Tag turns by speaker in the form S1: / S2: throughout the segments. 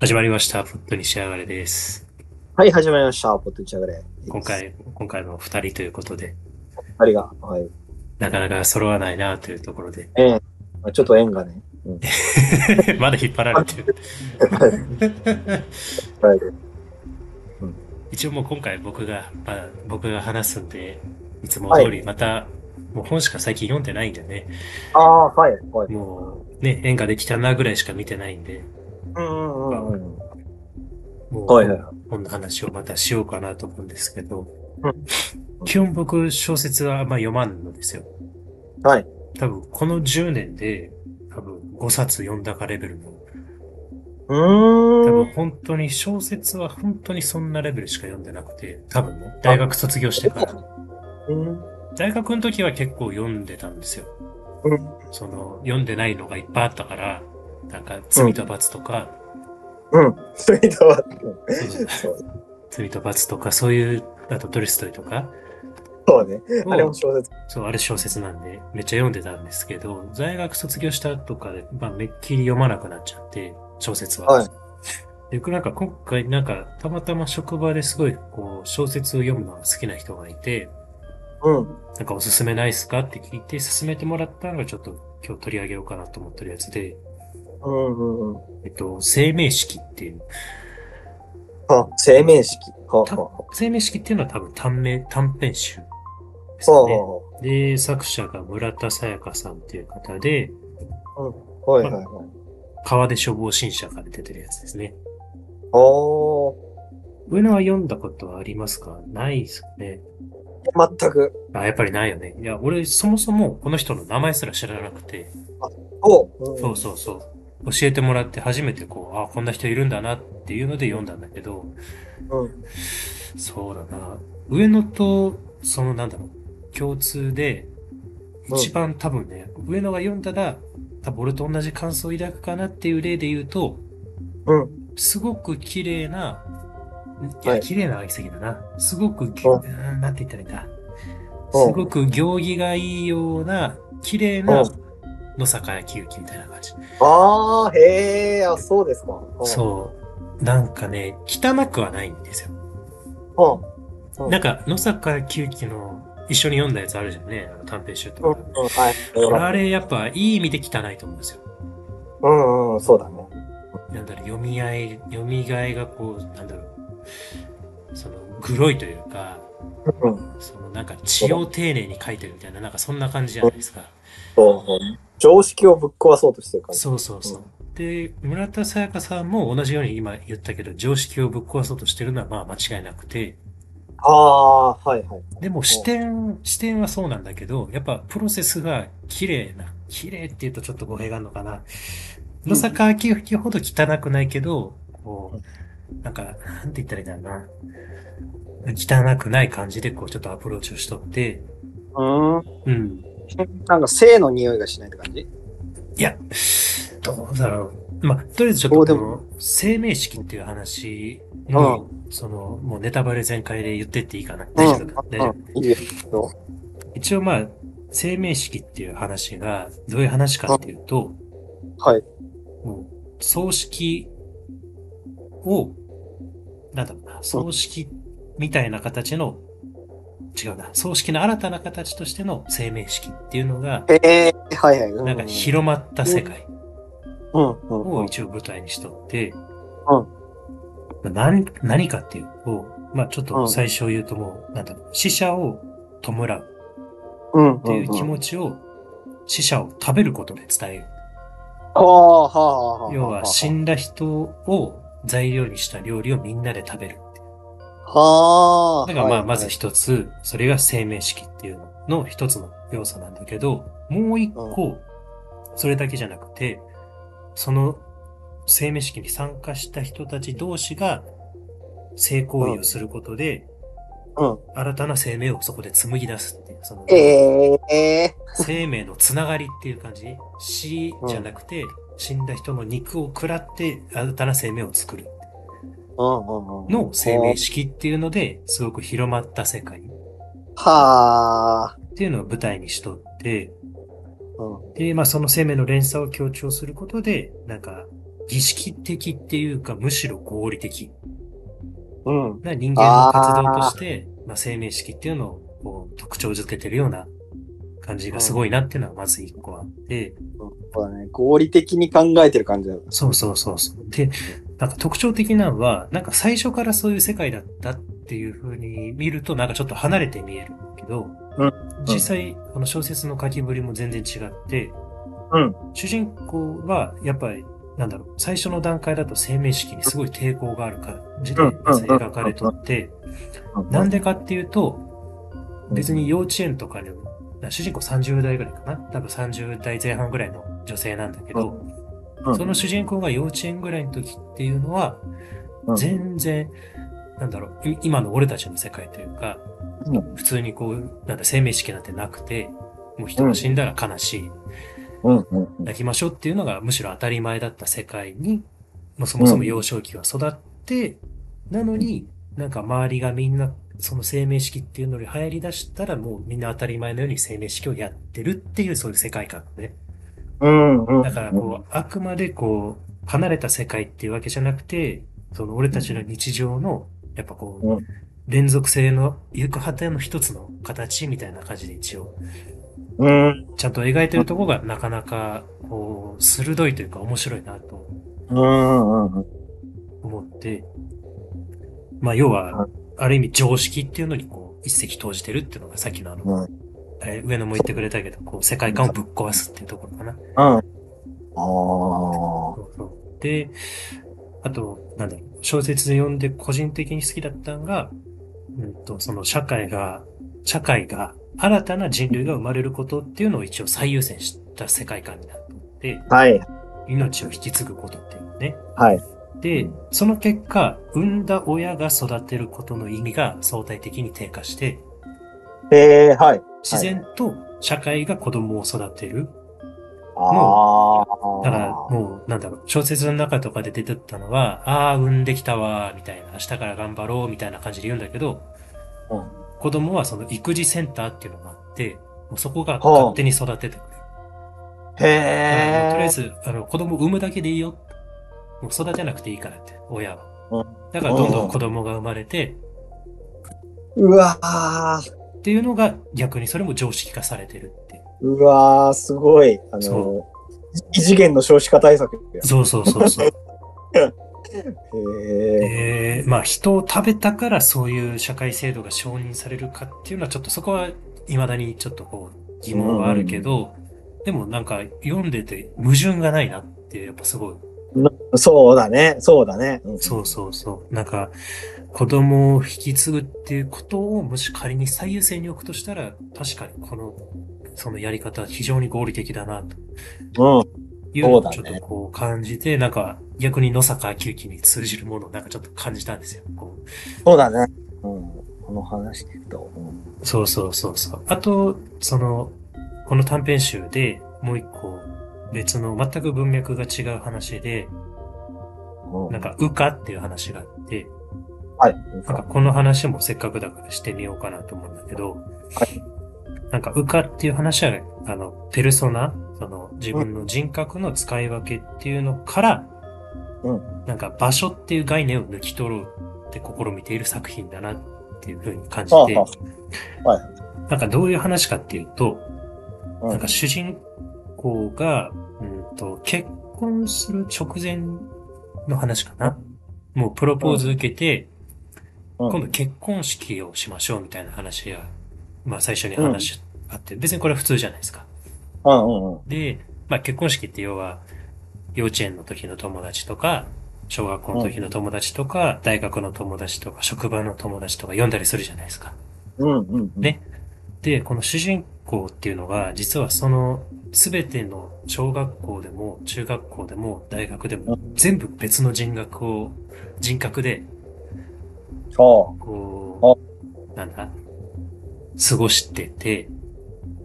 S1: 始まりました。ポットに仕上がれです。
S2: はい、始まりました。ポッドキャグレ。
S1: 今。回、今回も二人ということで、
S2: ありが、はい。
S1: なかなか揃わないなというところで、
S2: ええまあちょっと縁がね。うん。
S1: まだ引っ張られてる。
S2: はい
S1: 一応もう今回僕が、まあ、僕が話すんで、いつも通りまた、もう本しか最近読んでないんでね、
S2: ああ、はい、はい。う
S1: もうね、演歌できたなぐらいしか見てないんで、
S2: んうんうんうん。
S1: もう
S2: はいはい。
S1: 本の話をまたしようかなと思うんですけど
S2: うん、
S1: 基本僕小説はあんま読まんのですよ。
S2: はい。
S1: 多分この10年で、多分5冊読んだかレベルの多
S2: うー
S1: 分
S2: ん。
S1: 本当に小説は本当にそんなレベルしか読んでなくて、多分ね、大学卒業してから。
S2: うん
S1: 大学の時は結構読んでたんですよ
S2: うん。
S1: その、読んでないのがいっぱいあったから、なんか、罪と罰とか、
S2: うん。それでは、
S1: そう
S2: そう
S1: 罪と罰とか、そういう、あとドレストイとか、
S2: そうね。あれ
S1: を
S2: も小説。
S1: そう、あれ小説なんで、めっちゃ読んでたんですけど、大学卒業したとかで、まあ、めっきり読まなくなっちゃって、小説は。
S2: はい
S1: で、僕なんか今回、なんか、たまたま職場ですごい、こう、小説を読むのが好きな人がいて、
S2: うん。
S1: なんかおすすめないっすかって聞いて、勧めてもらったのがちょっと今日取り上げようかなと思ってるやつで、
S2: うんうんうん。
S1: えっと、生命式っていう。
S2: あ、生命式。は
S1: た
S2: あは
S1: 生命式っていうのは多分短命、短編集です
S2: あは
S1: ね。
S2: あ
S1: で、作者が村田沙耶香さんっていう方で、
S2: はいはいはい。
S1: 川出処防新社から出てるやつですね。
S2: ああ
S1: こういうのは読んだことはありますかないですかね。
S2: ー。全く。
S1: あ、やっぱりないよね。いや、俺そもそもこの人の名前すら知らなくて、
S2: お
S1: そうそうそう。教えてもらって初めてこう、あ、こんな人いるんだなっていうので読んだんだけど、
S2: うん。うん。
S1: そうだな。上野と、そのなんだろう、共通で、
S2: うん
S1: 一番多分ね、上野が読んだら、多分俺と同じ感想を抱くかなっていう例で言うと、
S2: うん。
S1: すごく綺麗な、いや
S2: はい
S1: 綺麗なは言い過ぎだな。すごく、
S2: う
S1: うんなんて言ったらいいんだ。
S2: うん
S1: すごく行儀がいいような、綺麗
S2: う
S1: なん野坂昭之みたいな感じ。
S2: ああ、へえ、あ、そうですか。
S1: そう。なんかね、汚くはないんですよ。
S2: うん。うん。
S1: なんか、野坂昭之の一緒に読んだやつあるじゃんね、あの短編集
S2: うん
S1: と
S2: うん
S1: か。
S2: はい。
S1: あれ、やっぱ、いい意味で汚いと思うんですよ。
S2: うんうん、そうだね。
S1: なんだろう、読み合い、読みがいがこう、なんだろう、その、グロいというか、
S2: うん。
S1: その、なんか、血を丁寧に書いてるみたいな、なんか、そんな感じじゃないですか。
S2: そう。常識をぶっ壊そうとしてる感じ。
S1: そうそうそう。で、村田沙耶香さんも同じように今言ったけど、常識をぶっ壊そうとしてるのは、まあ、間違いなくて、
S2: ああ、はいはい。
S1: でも視点、視点はそうなんだけど、やっぱプロセスが綺麗な、綺麗って言うとちょっと語弊があるのかな。
S2: うん
S1: 野坂昭之ほど汚くないけど、こう、なんか、なんて言ったらいいんだろうな。汚くない感じで、こう、ちょっとアプローチをしとって、
S2: うん。
S1: うん。
S2: なんか性の匂いがしないって感じ
S1: いや、どうだろう。まあ、とりあえずちょっ
S2: ど
S1: と
S2: うで
S1: こ
S2: も
S1: の、生命式っていう話の、その、もうネタバレ全開で言ってっていいかな。大丈夫か大丈夫
S2: うん。いいよ。
S1: 一応まあ、生命式っていう話が、どういう話かっていうと、
S2: はい。
S1: もう葬式を、なんだろうな、葬式みたいな形の、違うな、葬式の新たな形としての生命式っていうのが、
S2: へえ、はいはい。う
S1: なんか広まった世界
S2: うんうん
S1: を
S2: うん。
S1: 一応舞台にしとって、何何かっていうと、まあちょっと最初言うともう、なんだろう、死者を弔う。
S2: うん。
S1: っていう気
S2: ち。
S1: 持ちを死者を食べることで伝える。
S2: はあはあはあ。
S1: 要は死
S2: ん。
S1: んだ人を材料にした料理をみんなで食べる。
S2: はあ。
S1: だからまあまず一つ、それが生命式っていうのの一つの要素なんだけど、もう一個、それだけじゃなくて、その生命式に参加した人たち同士が性行為をすることで、
S2: うん。
S1: 新たな生命をそこで紡ぎ出すっていう、その
S2: ええ。
S1: 生命のつながりっていう感じ死じゃなくて、死んだ人の肉を食らって新たな生命を作る
S2: うんうんうん。
S1: の生命式っていうのですごく広まった世界っ
S2: はあ。
S1: ていうのを舞台にしとって
S2: うん。
S1: で、まあ、その生命の連鎖を強調することでなんか儀式的っていうか、むしろ合理的
S2: うん。
S1: な人間の活動として、まあ、生命式っていうのをこう特徴づけてるような感じがすごいなっていうのはまず一個あって、
S2: そうだね。合理的に考えてる感じだよ。
S1: そうそうそうそう。で、なんか特徴的なのは、なんか最初からそういう世界だったっていう風に見ると、なんかちょっと離れて見えるけど、
S2: うん
S1: 実際、この小説の書きぶりも全然違って、
S2: うん
S1: 主人公は、やっぱり、なんだろう、最初の段階だと生命式にすごい抵抗がある感じで、
S2: うんうんうん
S1: 描かれとって、なんでかっていうと、別に幼稚園とかでも、主人公30代ぐらいかな多分30代前半ぐらいの女性なんだけど、
S2: うん
S1: その主人公が幼稚園ぐらいの時っていうのは、
S2: うん
S1: 全然、なんだろう、い今の俺たちの世界というか、
S2: うん
S1: 普通にこう、なんだ、生命式なんてなくて、もう人が死んだら悲しい、
S2: うんうんうん。
S1: 泣きましょうっていうのがむしろ当たり前だった世界に、もうそもそも幼少期は育って、なのになんか周りがみんなその生命式っていうのに流行り出したらもうみんな当たり前のように生命式をやってるっていうそういう世界観ね。
S2: うんうん。
S1: だからこう、あくまでこう、離れた世界っていうわけじゃなくて、その俺たちの日常の、やっぱこ
S2: う
S1: う、連続性の行く果ての一つの形みたいな感じで一応、
S2: うん。
S1: ちゃんと描いてるとこがなかなか、こう、鋭いというか面白いなと
S2: うんうんうん。
S1: 思って、まあ要
S2: は
S1: は、ある意味常識っていうのにこう、一石投じてるっていうのがさっきのあの、
S2: うん
S1: えー上野も言ってくれたけど、こう、世界観をぶっ壊すっていうところかな。
S2: ああ。
S1: そうそうで、あと、なんだろう、小説で読んで個人的に好きだったのが、うんと、その社会が、社会が、新たな人類が生まれることっていうのを一応最優先した世界観になってて、
S2: はい。
S1: 命を引き継ぐことっていうのね。
S2: はい。
S1: で、その結果、産んだ親が育てることの意味が相対的に低下して、
S2: えー、はい。
S1: 自然と社会が子供を育てる。
S2: ああ。
S1: だから、もう、なんだろう、小説の中とかで出てったのは、ああ、産んできたわー、みたいな、明日から頑張ろう、みたいな感じで言うんだけど、
S2: うん
S1: 子供はその育児センターっていうのがあって、もうそこが
S2: ほう
S1: 勝手に育ててくれる。
S2: へ
S1: だからもうとりあえ
S2: え。
S1: ず、あの、子供産むだけでいいよ。もう育てなくていいからって、親は
S2: うん。
S1: だから、どんどん子供が生まれて、
S2: うわあ。
S1: っていうのが逆にそれも常識化されてるっていう。
S2: うわあ、すごい。あの
S1: そ、
S2: 異次元の少子化対策や。
S1: そうそうそうそう。
S2: へえ。
S1: えー、まあ人を食べたからそういう社会制度が承認されるかっていうのはちょっとそこは未だにちょっとこう疑問はあるけど、でもなんか読んでて矛盾がないなってやっぱすごい。
S2: そうだね。そうだね。うん
S1: そうそうそう。なんか子供を引き継ぐっていうことをもし仮に最優先に置くとしたら確かにこのそのやり方は非常に合理的だなと
S2: うん。
S1: いうのをちょっと
S2: そうだね
S1: こう感じて、なんか逆に野坂昭之に通じるものをなんかちょっと感じたんですよ。こう
S2: そうだね。うん。この話聞くと。うん
S1: そうそうそうそう。あと、その、この短編集でもう一個別の全く文脈が違う話で、
S2: う
S1: なんか、羽化っていう話があって、
S2: はい。
S1: なんかこの話もせっかくだからしてみようかなと思うんだけど、
S2: はい
S1: なんか羽化っていう話は、あの、ペルソナ、その自分の人格の使い分けっていうのから、
S2: う
S1: なんか場所っていう概念を抜き取ろうって試みている作品だなっていうふうに感じ
S2: はあ
S1: て、
S2: は
S1: なんかどういう話かっていうと、
S2: あうん
S1: なんか主人公が、うんと、結婚する直前の話かな。もうプロポーズ受けて、
S2: うん
S1: 今度結婚式をしましょうみたいな話や、まあ最初に話あって、別にこれは普通じゃないですか。
S2: うんうんうん。
S1: で、まあ結婚式って要は、幼稚園の時の友達とか、小学校の時の友達とか、大学の友達とか、職場の友達とか呼んだりするじゃないですか。
S2: うんうんうん。
S1: ねで、この主人公っていうのが、実はその、すべての小学校でも、中学校でも、大学で
S2: う
S1: も、全部別の人格を、人格で、
S2: は
S1: こう、なんだ、過ごしてて、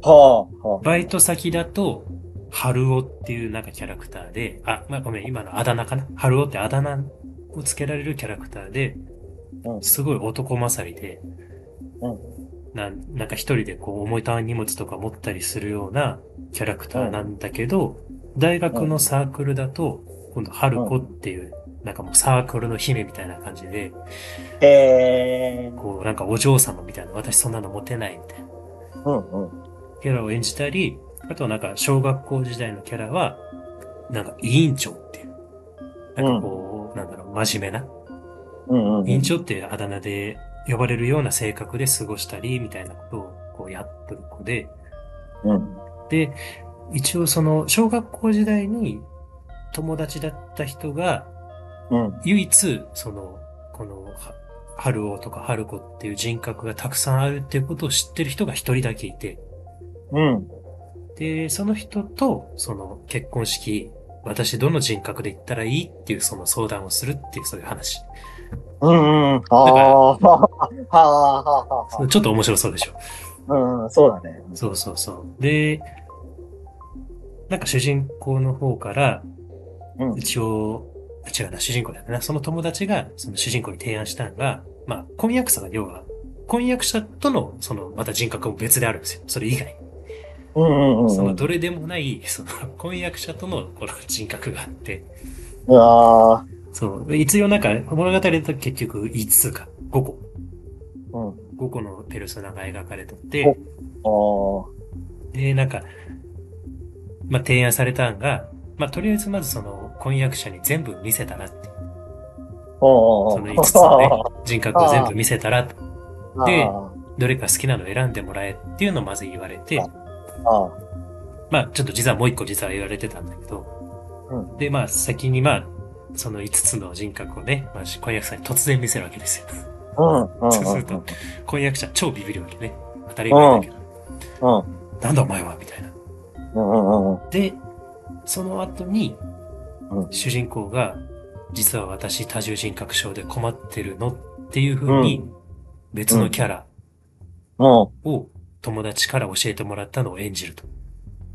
S2: あ。はあ。はあ。
S1: バイト先だと、春尾っていうなんかキャラクターで、あ、まあ、ごめん、今のあだ名かな春尾ってあだ名をつけられるキャラクターで
S2: う、ん
S1: すごい男勝りで、
S2: うん
S1: なんなんか一人でこう重たい荷物とか持ったりするようなキャラクターなんだけど、大学のサークルだと、今度、春子っていう、なんかもうサークルの姫みたいな感じで、
S2: えー、
S1: こう、なんかお嬢様みたいな、私そんなの持てないみたいな
S2: うんうん。
S1: キャラを演じたり、あとはなんか小学校時代のキャラは、なんか委員長っていう、なんかこう、なんだろう、真面目な、
S2: うんうん。
S1: 委員長っていうあだ名で呼ばれるような性格で過ごしたり、みたいなことをこうやってる子で、
S2: うん。
S1: で、一応その小学校時代に友達だった人が
S2: うん。
S1: 唯一その、このは春男とか春子っていう人格がたくさんあるっていうことを知ってる人が一人だけいて、
S2: うん。
S1: で、その人とその結婚式、私どの人格で行ったらいいっていうその相談をするっていうそういう話。
S2: うんうん。ああ。はあはあは
S1: そうちょっと面白そうでしょ。
S2: あ。うんうん。そうだね。
S1: そうそうそう。で、なんか主人公の方から、
S2: うん。
S1: 一応、違うな、主人公だったな。その友達が、その主人公に提案したのが、まあ、婚約者が要は、婚約者との、その、また人格も別であるんですよ。それ以外。
S2: うんうんうん
S1: そうの、
S2: ん。
S1: どれでもない、その、婚約者との、この人格があって、
S2: うわ
S1: そう、一応なんか、物語だと結局、5つか、5個、
S2: ーうん。
S1: 5個のペルソナが描かれてて、
S2: おあー
S1: で、なんか、まあ、提案されたんが、まあ、とりあえずまずその婚約者に全部見せたらって、
S2: お
S1: そ
S2: ー
S1: の
S2: あー。
S1: 5つの ね、人格を全部見せたら、で
S2: あ
S1: どれか好きなの選んでもらえっていうのをまず言われて、
S2: ーあー。
S1: まあ、ちょっと実はもう一個実は言われてたんだけど、
S2: う
S1: で、まあ、先にまあ、その5つの人格をね、まあ、婚約者に突然見せるわけですよ。
S2: うんうん。
S1: そうすると婚約者超ビビるわけね。当たり前だけど、
S2: うん。
S1: なんだお前はみたいな。
S2: うんうんうん。
S1: で、その後に
S2: う、ん
S1: 主人公が、実は私多重人格症で困ってるのっていう風に
S2: う、
S1: 別のキャラ
S2: うん。
S1: を友達から教えてもらったのを演じると。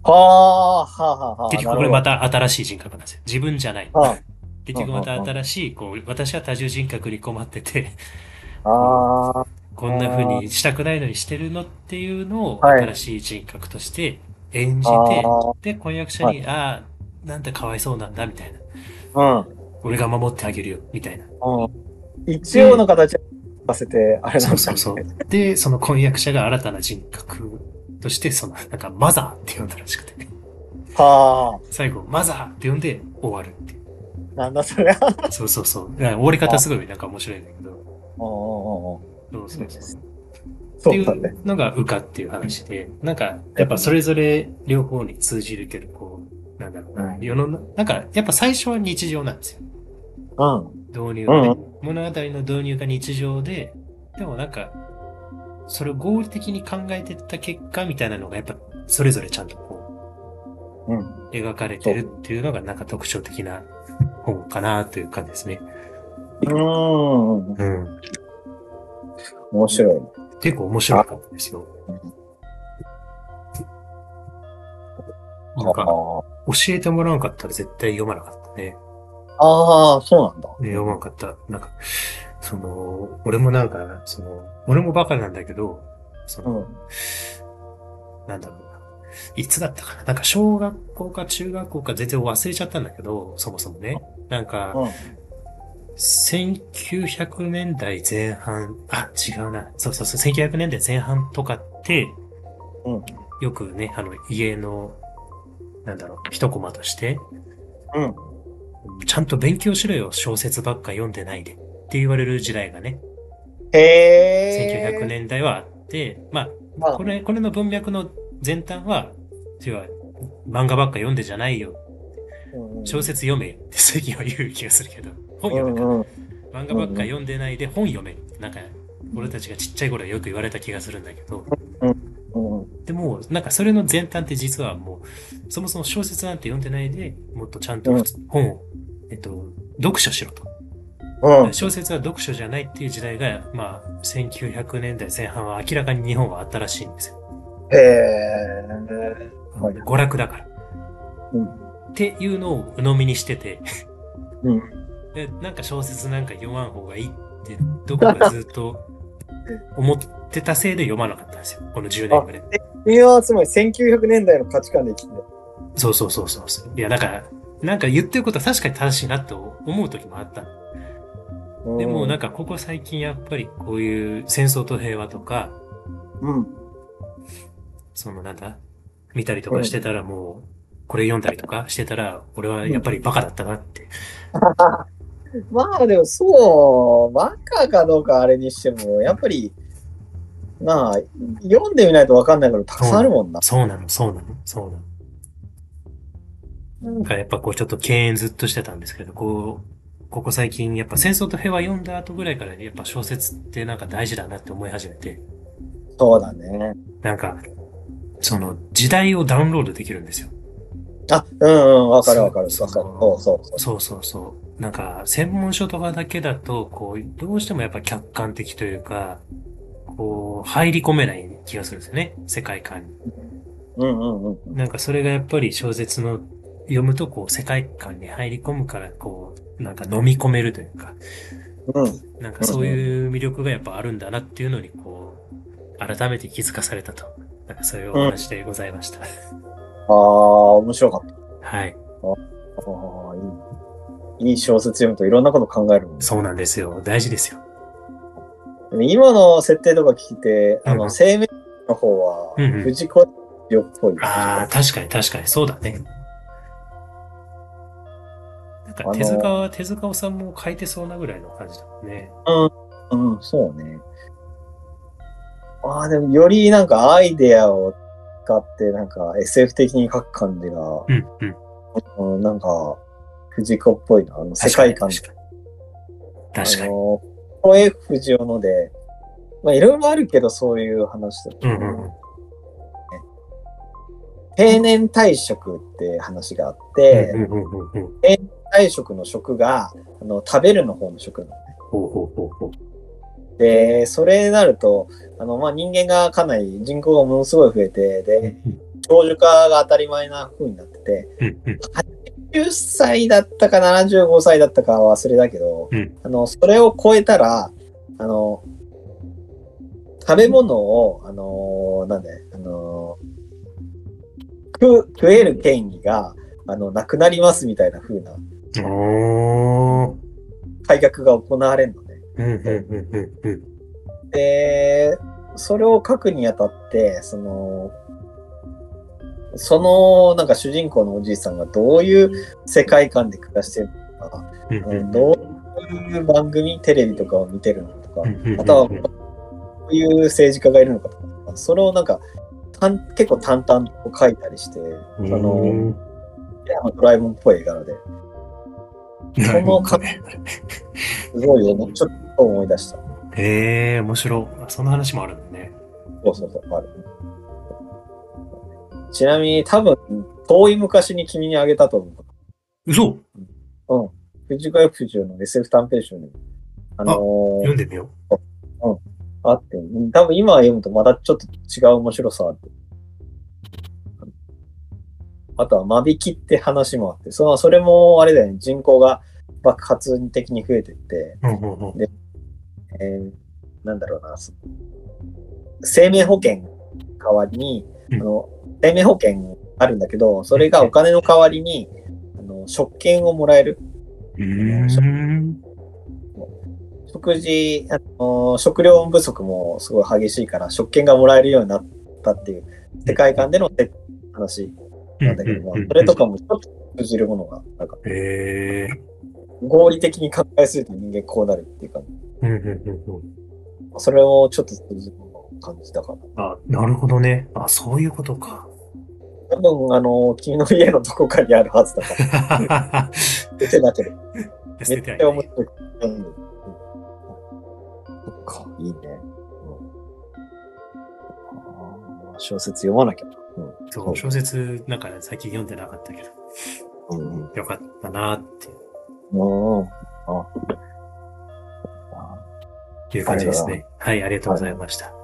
S2: はあ、はあ、はあ。
S1: 結局これまた新しい人格なんですよ。自分じゃない。
S2: あ
S1: 結局また新しい、こう、私は多重人格に困ってて、
S2: あ
S1: こんな風にしたくないのにしてるのっていうのを
S2: はい
S1: 新しい人格として演じ
S2: あー
S1: て、で、婚約者に、ああ、なんてかわいそうなんだ、みたいな。
S2: ー、
S1: 俺が守ってあげるよ、みたい な。
S2: うん。うん。一応の形をさせて、あれなん
S1: そ
S2: だ
S1: うそうそう。で、その婚約者が新たな人格として、その、なんか、マザーって呼んだらしくて、
S2: は
S1: 最後、マザーって呼んで終わるっていう。
S2: あ、なんだそれは。
S1: そうそうそう。だから終わり方すごいなんか面白いんだけど。
S2: そ
S1: そうそうそう。っていう
S2: だね。
S1: うのが羽化っていう話で、なんか、やっぱそれぞれ両方に通じるけど、こう、なんだろうな
S2: は。い
S1: 世の中、なんか、やっぱ最初は日常なんですよ。
S2: うん。
S1: 導入
S2: うん
S1: がね、物語の導入が日常で、でもなんか、それを合理的に考えてった結果みたいなのがやっぱそれぞれちゃんとこ
S2: うん。
S1: う描かれてるっていうのがなんか特徴的な本かなという感じですね。
S2: うん。
S1: うん。
S2: 面白い。
S1: 結構面白かったですよ。なんか教えてもらわなかったら絶対読まなかったね。
S2: ああ、そうなんだ。
S1: ね読まなかった。なんか、その、俺もなんか、その、俺もバカなんだけど、その、なんだろうな。いつだったかななんか小学校か中学校か全然忘れちゃったんだけど、そもそもね。なんか、1900年代前半、あ、違うな。そうそうそう、1900年代前半とかって、
S2: うん
S1: よくね、あの、家の、なんだろう、一コマとして、
S2: うん。うん。
S1: ちゃんと勉強しろよ、小説ばっか読んでないで。って言われる時代がね、
S2: へえ。
S1: 1900。年代はあって、まあ、
S2: まあ
S1: こ、れ、これの文脈の前端は、要は、漫画ばっか読んでじゃないよ。小説読めって最近は言う気がするけど、本
S2: う
S1: 読
S2: ん
S1: め
S2: う
S1: か。漫
S2: ん。
S1: 画ばっか読んでないで本読めって、なんか、俺たちがちっちゃい頃はよく言われた気がするんだけど、
S2: うん。
S1: でも、なんかそれの前端って実はもう、そもそも小説なんて読んでないで、もっとちゃんと普通本を、えっと、読書しろと。
S2: うん。
S1: 小説は読書じゃないっていう時代が、まあ、1900年代前半は明らかに日本はあったらしいんですよ。
S2: へえ。はい
S1: 娯楽だから。
S2: うん。
S1: っていうのを鵜呑みにしてて、
S2: うん。
S1: でなんか小説なんか読まん方がいいって、どこかずっと思ってたせいで読まなかったんですよ。この10年ぐらい。
S2: いやー、すごい。1900年代の価値観で生きてる。
S1: そうそうそうそうそう。いや、なんか、なんか言ってることは確かに正しいなと思う時もあったの。でもなんかここ最近やっぱりこういう戦争と平和とか、
S2: うん。
S1: そのなんだ、見たりとかしてたらもう、これ読んだりとかしてたら、俺はやっぱりバカだったなって。
S2: まあでもそう、バカかどうかあれにしても、やっぱり、まあ、読んでみないとわかんないからたくさんあるもんな。
S1: そうなの、そうなの、そうなの。なんかやっぱこうちょっと敬遠ずっとしてたんですけど、こう、ここ最近やっぱ戦争と平和読んだ後ぐらいからやっぱ小説ってなんか大事だなって思い始めて、
S2: そうだね。
S1: なんか、その時代をダウンロードできるんですよ。
S2: あ、うんうん、わかるわかる。わかる。
S1: そ
S2: そううそうそう。
S1: そうそうそう。なんか、専門書とかだけだと、こう、どうしてもやっぱ客観的というか、こう、入り込めない気がするんですよね。世界観に。
S2: うんうんうん。
S1: なんかそれがやっぱり小説の読むと、こう、世界観に入り込むから、こう、なんか飲み込めるというか、
S2: うん。
S1: なんかそういう魅力がやっぱあるんだなっていうのに、こう、改めて気づかされたと。なんかそういうお話でございました。
S2: ああ、面白かった。
S1: はい。
S2: ああ、いい。いい小説読むといろんなこと考えるもんね
S1: そうなんですよ。大事ですよ。
S2: 今の設定とか聞いて、あ
S1: う
S2: の、
S1: ん
S2: 生命の方は、
S1: うんうん
S2: 藤子よっぽい。
S1: ああ、確かに確かに、そうだね。なんか手塚は、手塚さんも書いてそうなぐらいの感じだもんね。
S2: うん、そうね。ああ、でもよりなんかアイデアを使って、なんか SF 的に書く感じが、
S1: うん、うん。
S2: うん、なんか、藤子っぽいな、あの世界観。
S1: 確かに。確か
S2: あ
S1: に。
S2: の、声藤尾ので、まあいろいろあるけど、そういう話だと、
S1: うんうんうん。
S2: 定年退職って話があって、
S1: うんうんうんうんうん。
S2: 退職の職が、あの、食べるの方の職なの。
S1: ほうほうほうほう。
S2: で、それになると、あの、まあ、人間がかなり人口がものすごい増えて、
S1: う
S2: で、
S1: ん
S2: 長寿化が当たり前な風になってて、
S1: うんうん
S2: 10歳だったか75歳だったかは忘れだけど、
S1: うん
S2: あの、それを超えたら、あの、食べ物を、あのなんで、あの食、食える権利が、あの、なくなりますみたいな風な
S1: うん。おー。
S2: 改革が行われるのね。
S1: うんうんうんうんうん。
S2: で、それを書くにあたって、その、その、なんか主人公のおじいさんがどういう世界観で暮らしてるのか、
S1: うんうんうん
S2: どういう番組、テレビとかを見てるのとか
S1: う、んうんうん
S2: あとはこういう政治家がいるのかとか、それをなんか、たん結構淡々と書いたりして、あの、ドラえもんっぽい絵柄で、そのかすごいよね、ちょっと思い出した。
S1: へえ、面白い。あその話もあるんだね。
S2: そうそうそう、ある。ちなみに多分、遠い昔に君にあげたと思う。
S1: 嘘
S2: 藤子 F 不二雄の SF 短編集に、あのー
S1: 読んでみよ
S2: あって、うん多分今読むとまたちょっと違う面白さある。あとは間引きって話もあって、そのそれもあれだよね、人口が爆発的に増えてって、
S1: う。うんうんうん。
S2: えーなんだろうな、その生命保険代わりに、
S1: う
S2: あ
S1: ん
S2: の生命保険あるんだけど、それがお金の代わりに、あの食券をもらえる。
S1: うーん。
S2: 食事、あの食料不足もすごい激しいから、食券がもらえるようになったっていう世界観でのて話なんだけど、まあ
S1: うんうんうんうん
S2: それとかもちょっと通じるものが、なんか
S1: へえ。
S2: 合理的に考えすぎて人間こうなるっていうか、
S1: うんうんうんうん。
S2: それをちょっと通じるものを感じたかな。
S1: あ、なるほどね。あ、そういうことか。
S2: 多分、あの、君の家のどこかにあるはずだから、出てなければ。
S1: 捨
S2: め
S1: て
S2: っ
S1: はいな
S2: てちゃ
S1: い
S2: 面白い。うん。そっか、いいね。うん、あー小説読まなきゃな。
S1: そう小説なんか最近読んでなかったけど、
S2: うん。うん
S1: よかったなっ
S2: うん。うん。
S1: ていう感じですね。はい、ありがとうございました。